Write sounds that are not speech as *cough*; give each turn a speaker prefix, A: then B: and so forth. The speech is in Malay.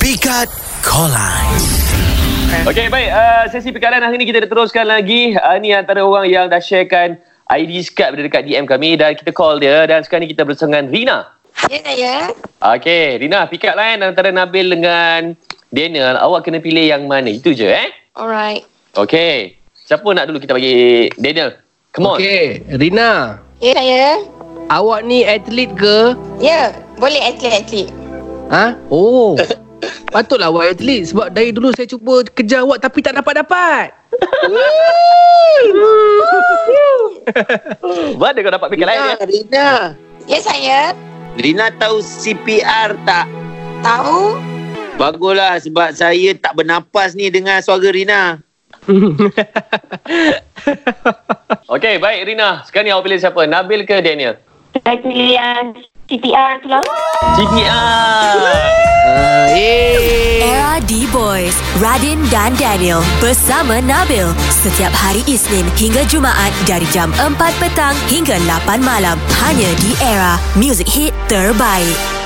A: Pikat Kolai.
B: Okey baik uh, sesi perkalan hari ni kita teruskan lagi. Uh, ni antara orang yang dah sharekan ID Skype dia dekat DM kami dan kita call dia dan sekarang ni kita bersama dengan Rina.
C: Ya saya.
B: Okey, Rina pick up line antara Nabil dengan Daniel. Awak kena pilih yang mana. Itu je eh.
C: Alright.
B: Okey. Siapa nak dulu kita bagi Daniel? Come on. Okay.
D: Okey, Rina,
C: Ya saya.
D: awak ni atlet ke?
C: Ya, boleh atlet-atlet.
D: Ha?
B: *laughs*
D: Oh. Patutlah awak atlet sebab dari dulu saya cuba kejar awak tapi tak
B: *laughs*
D: dapat-dapat.
B: Mana kau dapat pick up line eh? dia?
E: Rina.
C: Ya saya.
E: Rina tahu CPR tak?
C: Tahu?
E: Baguslah sebab saya tak bernapas ni dengan suara Rina.
B: *laughs* Okey, baik Rina. Sekarang ni awak pilih siapa? Nabil ke Daniel?
F: Saya pilih yang CTR tu lah.
B: CPR.
D: Ah, eh.
G: Era D-Boys, Radin dan Daniel bersama Nabil. Setiap hari Isnin hingga Jumaat dari jam 4 petang hingga 8 malam. Hanya di Era, music hit terbaik.